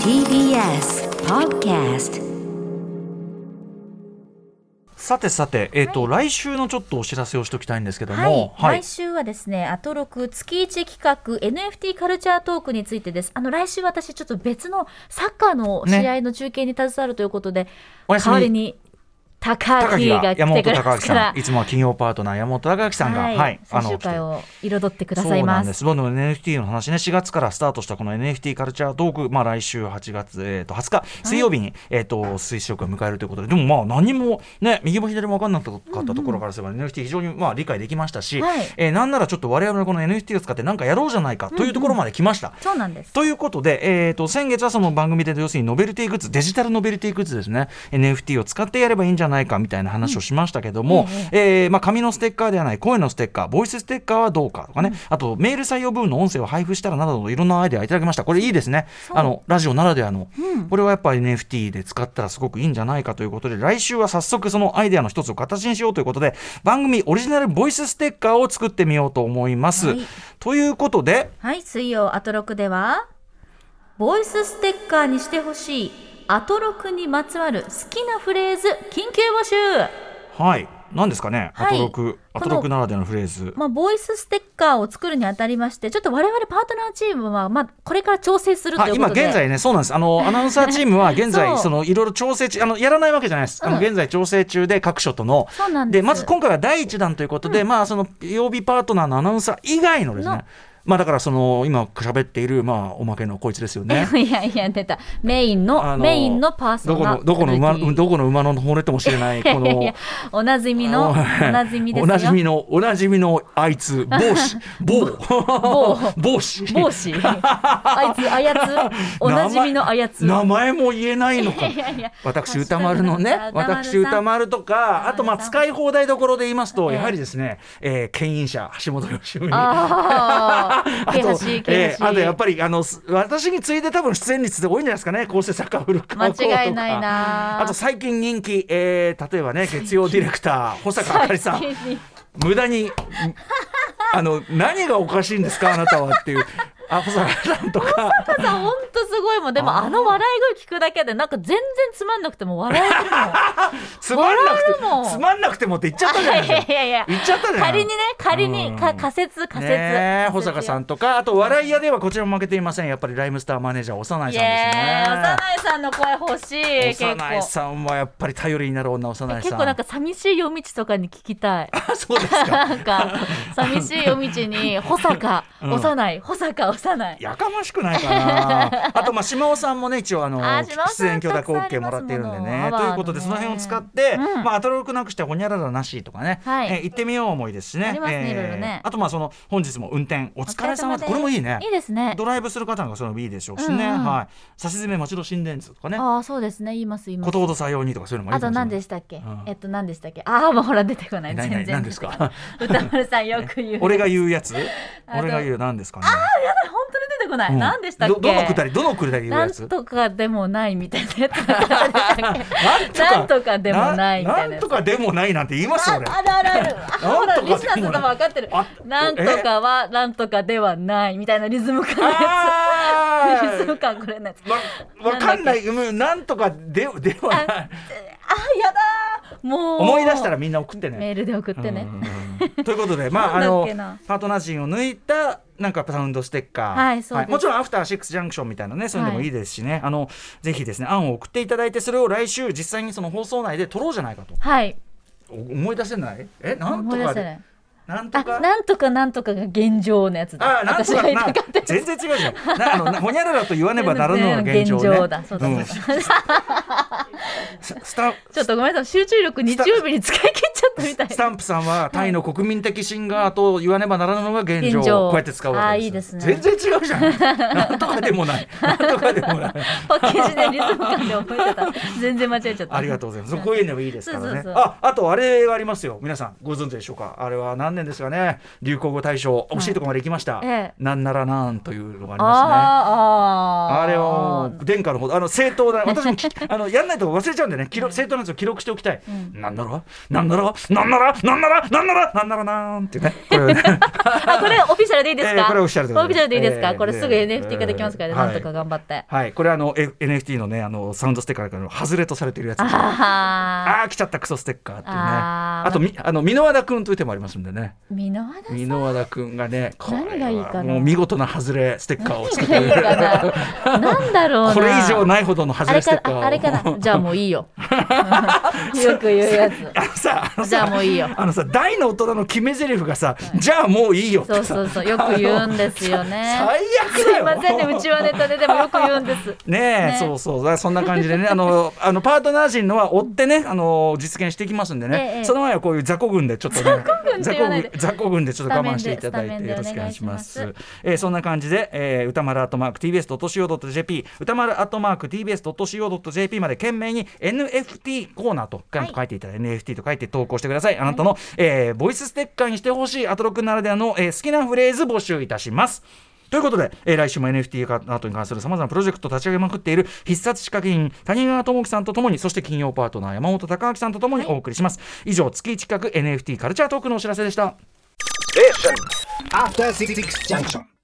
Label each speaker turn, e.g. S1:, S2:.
S1: TBS Podcast
S2: さてさて、えっ、と、来週のちょっとお知らせをしておきたいんですけど
S3: はい
S2: も、、はい
S3: 来。週はですね、アトロク月一企画 NFT カルチャートークについてです。あの来週私ちょっと別のサッカーの試合の中継に携わるということで、
S2: お
S3: 代わり。に高
S2: 高
S3: 木
S2: 木
S3: が
S2: が
S3: 来
S2: 山
S3: て
S2: 本
S3: くれ
S2: 高
S3: ま
S2: 木
S3: すから
S2: さん、い。つもは金曜パートナー山本高木さんが、はい、
S3: 最終回を彩ってください
S2: そうな
S3: ま。
S2: んですす。僕の NFT の話ね、4月からスタートしたこの NFT カルチャートーク、まあ来週8月、えー、と20日、水曜日に、えっ、と、推奨を迎えるということで、でもまあ何もね、右も左も分かんなかったところからすれば、NFT 非常にまあ理解できましたし、
S3: はい
S2: えーなんならちょっと我々のこの NFT を使って何かやろうじゃないかというところまで来ました。
S3: そうなんです。
S2: ということで、えー、と先月はその番組で要するにノベルティグッズデジタルノベルティグッズですね NFT を使ってやればいいんじゃないかみたいな話をしましたけども、えーまあ、紙のステッカーではない声のステッカーボイスステッカーはどうかとかね、あとメール採用部分の音声を配布したらなどのいろんなアイデアいただきましたこれいいですねあのラジオならではの、これはやっぱり NFT で使ったらすごくいいんじゃないかということで来週は早速そのアイデアの一つを形にしようということで番組オリジナルボイスステッカーを作ってみようと思います。
S3: はい
S2: ということで
S3: はい、水曜アトロクでは、ボイスステッカーにしてほしい、アトロクにまつわる好きなフレーズ、緊急募集
S2: はい。何ですかね、
S3: はい
S2: アトロク、アトロクならではのフレーズ。
S3: まあ、ボイスステッカーを作るにあたりまして、ちょっと我々パートナーチームは、まあ、これから調整すると
S2: はいいう
S3: こ
S2: 今
S3: とで。
S2: 現在ね、そうなんです。あの、アナウンサーチームは現在、
S3: そう
S2: その、いろいろ調整中、あの、やらないわけじゃないです。あの、
S3: うん
S2: 現在調整中で各所との。
S3: そうなんです
S2: まず今回は第一弾ということで、まあ、その、曜日パートナーのアナウンサー以外のです
S3: の
S2: ね、まあ、だからその、今喋っている、まあ、おまけのこいつですよね。
S3: いやいや、出た。メイン
S2: あ
S3: の、
S2: の
S3: メインのパーソ
S2: どこ
S3: ナ
S2: の、どこの馬、どこの馬の骨とも知れない、こ
S3: いやい
S2: の
S3: や、おなじみの、おなじみですよ。
S2: おなじみの、おなじみのあいつ、帽 子、
S3: 某
S2: 帽、帽子。
S3: 帽子。あいつ、あや つ。 おなじみのあやつ。
S2: 名前も言えない のか
S3: いやいや
S2: 私歌丸の
S3: ハッ
S2: ね
S3: シュタグ 歌丸さん
S2: 私歌丸とかあとまあ
S3: 歌丸さん
S2: 使い放題どころで言いますと
S3: ええ
S2: やはりですねえー牽引者橋本良文あ
S3: あ あ、
S2: と
S3: 毛橋、
S2: え
S3: 毛
S2: ー
S3: 橋。
S2: あとやっぱりあのす私に次いで多分出演率で多いんじゃないですかね構成作家古川光とか
S3: 間違いないな
S2: あと最近人気えー例えばね月曜ディレクター保坂あかりさん
S3: 最近
S2: 無駄にあの何がおかしいんですかあなたはっていうあ保坂さんとか。
S3: お母さんほんとすごいもんでもあの笑い声聞くだけでなんか全然つまんなくても笑えてるもん
S2: つまんなくて
S3: 笑えるもん
S2: もつまんなくてもって言っちゃったじゃない
S3: いや
S2: です
S3: い
S2: か。
S3: やいや
S2: 言っちゃったじゃない
S3: 仮にね仮
S2: う
S3: に
S2: ん
S3: か仮説仮説
S2: ねえ保坂さんとかあと笑い屋ではこちらも負けていませんやっぱりライムスターマネージャー幼井
S3: い
S2: さんです
S3: や
S2: ね
S3: 幼いさんの声欲しい結構
S2: 幼井さんはやっぱり頼りになる女幼井さん
S3: 結構なんか寂しい夜道とかに聞きたい
S2: そうです か
S3: なんか寂しい夜道 に保坂
S2: うん
S3: 幼い保坂幼い
S2: やかましくないかなあとまあ島尾さんもね一応あの
S3: あ島尾さ
S2: 出
S3: ん
S2: 演許諾 OK もらっているんでね
S3: たくさんありますも
S2: と
S3: の
S2: いうことでその辺を使って、
S3: うん
S2: まあアトロクなくしてほにゃららなしとかね、
S3: はい
S2: えー行ってみよう思いですしね
S3: ありますね
S2: えー
S3: いろいろね
S2: あとまあその本日も運転お疲れ様
S3: お疲れ様です
S2: これもいいね
S3: いいですね
S2: ドライブする方なんかそういうのもいいでしょうしね、
S3: うんうん
S2: はい差し詰め町の心電図とかね
S3: ああそうですね言います言います
S2: ことほど採用にとかそういうのもいい
S3: あと
S2: かもしれない
S3: 何でしたっけ、
S2: ん
S3: えっと何でしたっけああもうほら出てこない
S2: 何
S3: 全
S2: 何
S3: 然
S2: 何ですか
S3: 歌丸さんよく言う
S2: 俺が言うやつ
S3: あと
S2: 俺が言う何ですかね
S3: 本当に出てこない、
S2: うん
S3: 何でしたっけ
S2: どどのくだりどのくだり言う
S3: な
S2: や
S3: ん
S2: つ
S3: とかでもないみたいなやつ何でしたっけ
S2: なん
S3: なんとかでもないみたいなやつ
S2: んとかでもないなんて言います
S3: あ
S2: 俺
S3: あるあるあるあほ
S2: な
S3: ら
S2: んとかで
S3: リス
S2: もない
S3: ナーさん多分分かってる
S2: あ
S3: なんとかはなんとかではないみたいなリズム感のや
S2: あ
S3: つリズム感これね
S2: ーわわかんないうんなんとかでではない
S3: あやだーもう
S2: 思い出したらみんな送って
S3: メ
S2: ね
S3: ールで送ってね
S2: うんうんうんということでまああ
S3: なんだっ
S2: の
S3: けな
S2: パートナー陣を抜いたなんかサウンドステッカー、
S3: はいそうです
S2: もちろんアフターシックスジャンクションみたいなねそういうのもいいですしね、あのぜひですね案を送っていただいてそれを来週実際にその放送内で撮ろうじゃないかと
S3: はい
S2: お思い出せないえなん
S3: 思
S2: と
S3: い出
S2: か
S3: せない
S2: でなんと
S3: あ
S2: か
S3: なんとかなんとかが現状のやつだ
S2: あなん
S3: 私
S2: と
S3: が
S2: か
S3: 言い
S2: な
S3: たかったやつ
S2: 全然違うじゃんなあのなほにゃららと言わねばならぬのが現状ね
S3: 現状だそうだ
S2: ん
S3: そ
S2: ススタ
S3: ちょっとごめんなさい集中力日曜日に使い切っちゃったみたい
S2: スタンプさんはタイの国民的シンガーと言わねばならぬのが現状
S3: 現状
S2: こうやって使うわけです
S3: あーいいです
S2: 全然違うじゃんなんとかでもないなんとかでもない
S3: パッケージでリズム感で覚えてた全然間違えちゃった
S2: ありがとうございます。こういうのもいいですから
S3: そうそ
S2: ね
S3: う。そう
S2: あ、あとあれがありますよ。皆さんご存知でしょうか。あれは何年ですかね。流行語大賞惜しいところまで行きました。
S3: ええ
S2: なんならなんというのがありますね。
S3: あーあー
S2: あれはもう殿下のほどあの正当な私もきあのやんないと忘れちゃうんでね記録正当なやつを記録しておきたい、なんだろなんだろなんならなんならなんならなんならなんっていうねこれをね
S3: あこれオフィシャルでいいですか、
S2: えーこれオフィシャルでございます
S3: いいですか、
S2: えー
S3: これすぐ
S2: えー
S3: NFT 化できますからね、
S2: えー
S3: なんとか頑張って、
S2: はいこれあの、F、NFT のねあのサウンドステッカーからの外れとされてるやつ
S3: あ
S2: あ
S3: はは
S2: あー来ちゃったクソステッカーっていうね
S3: あ
S2: あ
S3: ー
S2: とみあの箕輪田君という手もありますんでね
S3: 箕輪田さん
S2: 箕輪田君がねこれは
S3: 何がいいかな
S2: もう見事な外れステッカーを作って
S3: がいいかななんだろうな
S2: これ以上ないほどの外
S3: あ
S2: れ
S3: れ
S2: ステ
S3: か
S2: ッカーを
S3: ああれかなじゃあもういい よよく言うやつ
S2: あのさ、あのさ
S3: じゃあもういいよ
S2: あのさ、大の大人の決め台詞がさ、じゃあもういいよって
S3: そ
S2: さ、
S3: うそうそうよく言うんですよね
S2: 最悪
S3: す
S2: だ
S3: い
S2: よ。
S3: ませんねうちはネタででもよく言うんです
S2: ねえ
S3: ね
S2: そうそうだからそんな感 じでねあのあのパートナー陣のは追ってねあの実現していきますんでね、
S3: ええ
S2: その前はこういう雑魚軍でちょっとね
S3: 軍って言わないで
S2: 雑魚軍雑魚軍でちょっと我慢していただい
S3: スタメン
S2: て
S3: で
S2: よろしくお願いしま
S3: スタメ
S2: すえーそんな感じで、えー、歌丸アットマーク TBS.CO.JP 歌丸アットマーク TBS.CO.JP まで懸命に NFT コーナーと
S3: はい
S2: 書いていただいて、NFT と書いて投稿してくださいあなたの、えーボイスステッカーにしてほしいアトロクならではの、えー好きなフレーズ募集いたしますということで、えー来週も NFT アートに関するさまざまなプロジェクトを立ち上げまくっている必殺仕掛け人谷川智樹さんとともにそして金曜パートナー山本隆明さんとともにお送りします、以上月1企画 NFT カルチャートークのお知らせでした
S4: After Six Junction.